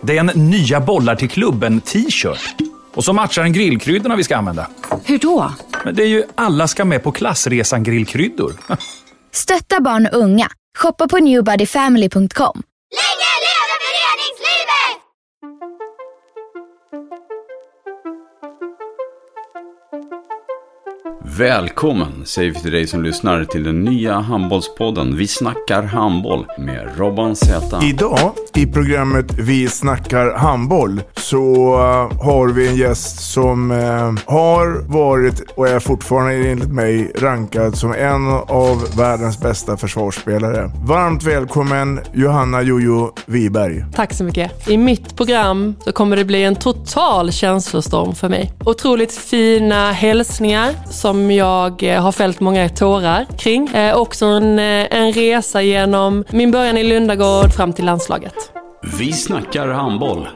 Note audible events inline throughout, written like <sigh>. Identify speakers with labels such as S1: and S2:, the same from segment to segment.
S1: Det är en nya bollar till klubben-t-shirt. Och så matchar den grillkryddorna vi ska använda.
S2: Hur då?
S1: Men det är ju alla ska med på klassresan grillkryddor. <laughs>
S3: Stötta barn och unga. Shoppa på newbodyfamily.com.
S4: Länge leve föreningslivet!
S5: Välkommen säger vi till dig som lyssnar till den nya handbollspodden Vi snackar handboll med Robban Z.
S6: Idag i programmet Vi snackar handboll så eh, har vi en gäst som eh, har varit och är fortfarande enligt mig rankad som en av världens bästa försvarsspelare. Varmt välkommen Johanna Jojo Wiberg.
S7: Tack så mycket. I mitt program så kommer det bli en total känslostorm för mig. Otroligt fina hälsningar som jag eh, har fällt många tårar kring. Eh, också en, eh, en resa genom min början i Lundagård fram till landslaget.
S5: Vi snackar handboll.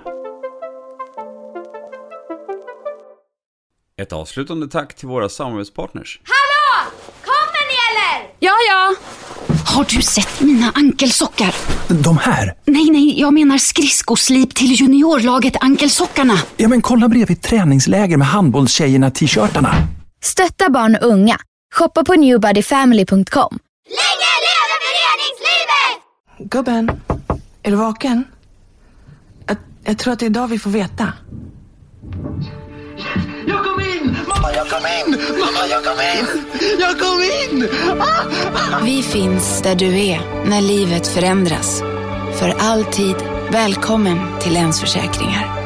S5: Ett avslutande tack till våra samarbetspartners.
S4: Hallå! Kommer ni eller?
S3: Ja, ja.
S2: Har du sett mina ankelsockar?
S1: De här?
S2: Nej, nej, jag menar skridskoslip till juniorlaget Ankelsockarna.
S1: Ja, men kolla bredvid träningsläger med handbollstjejerna-t-shirtarna.
S3: Stötta barn och unga. Shoppa på newbodyfamily.com.
S4: Länge leve föreningslivet!
S8: Gubben, är du vaken? Jag, jag tror att det är idag vi får veta.
S9: Jag kom in! Mamma, jag kom in! Mamma, jag kom in! Jag kom in! Ah!
S2: Vi finns där du är när livet förändras. För alltid välkommen till Länsförsäkringar.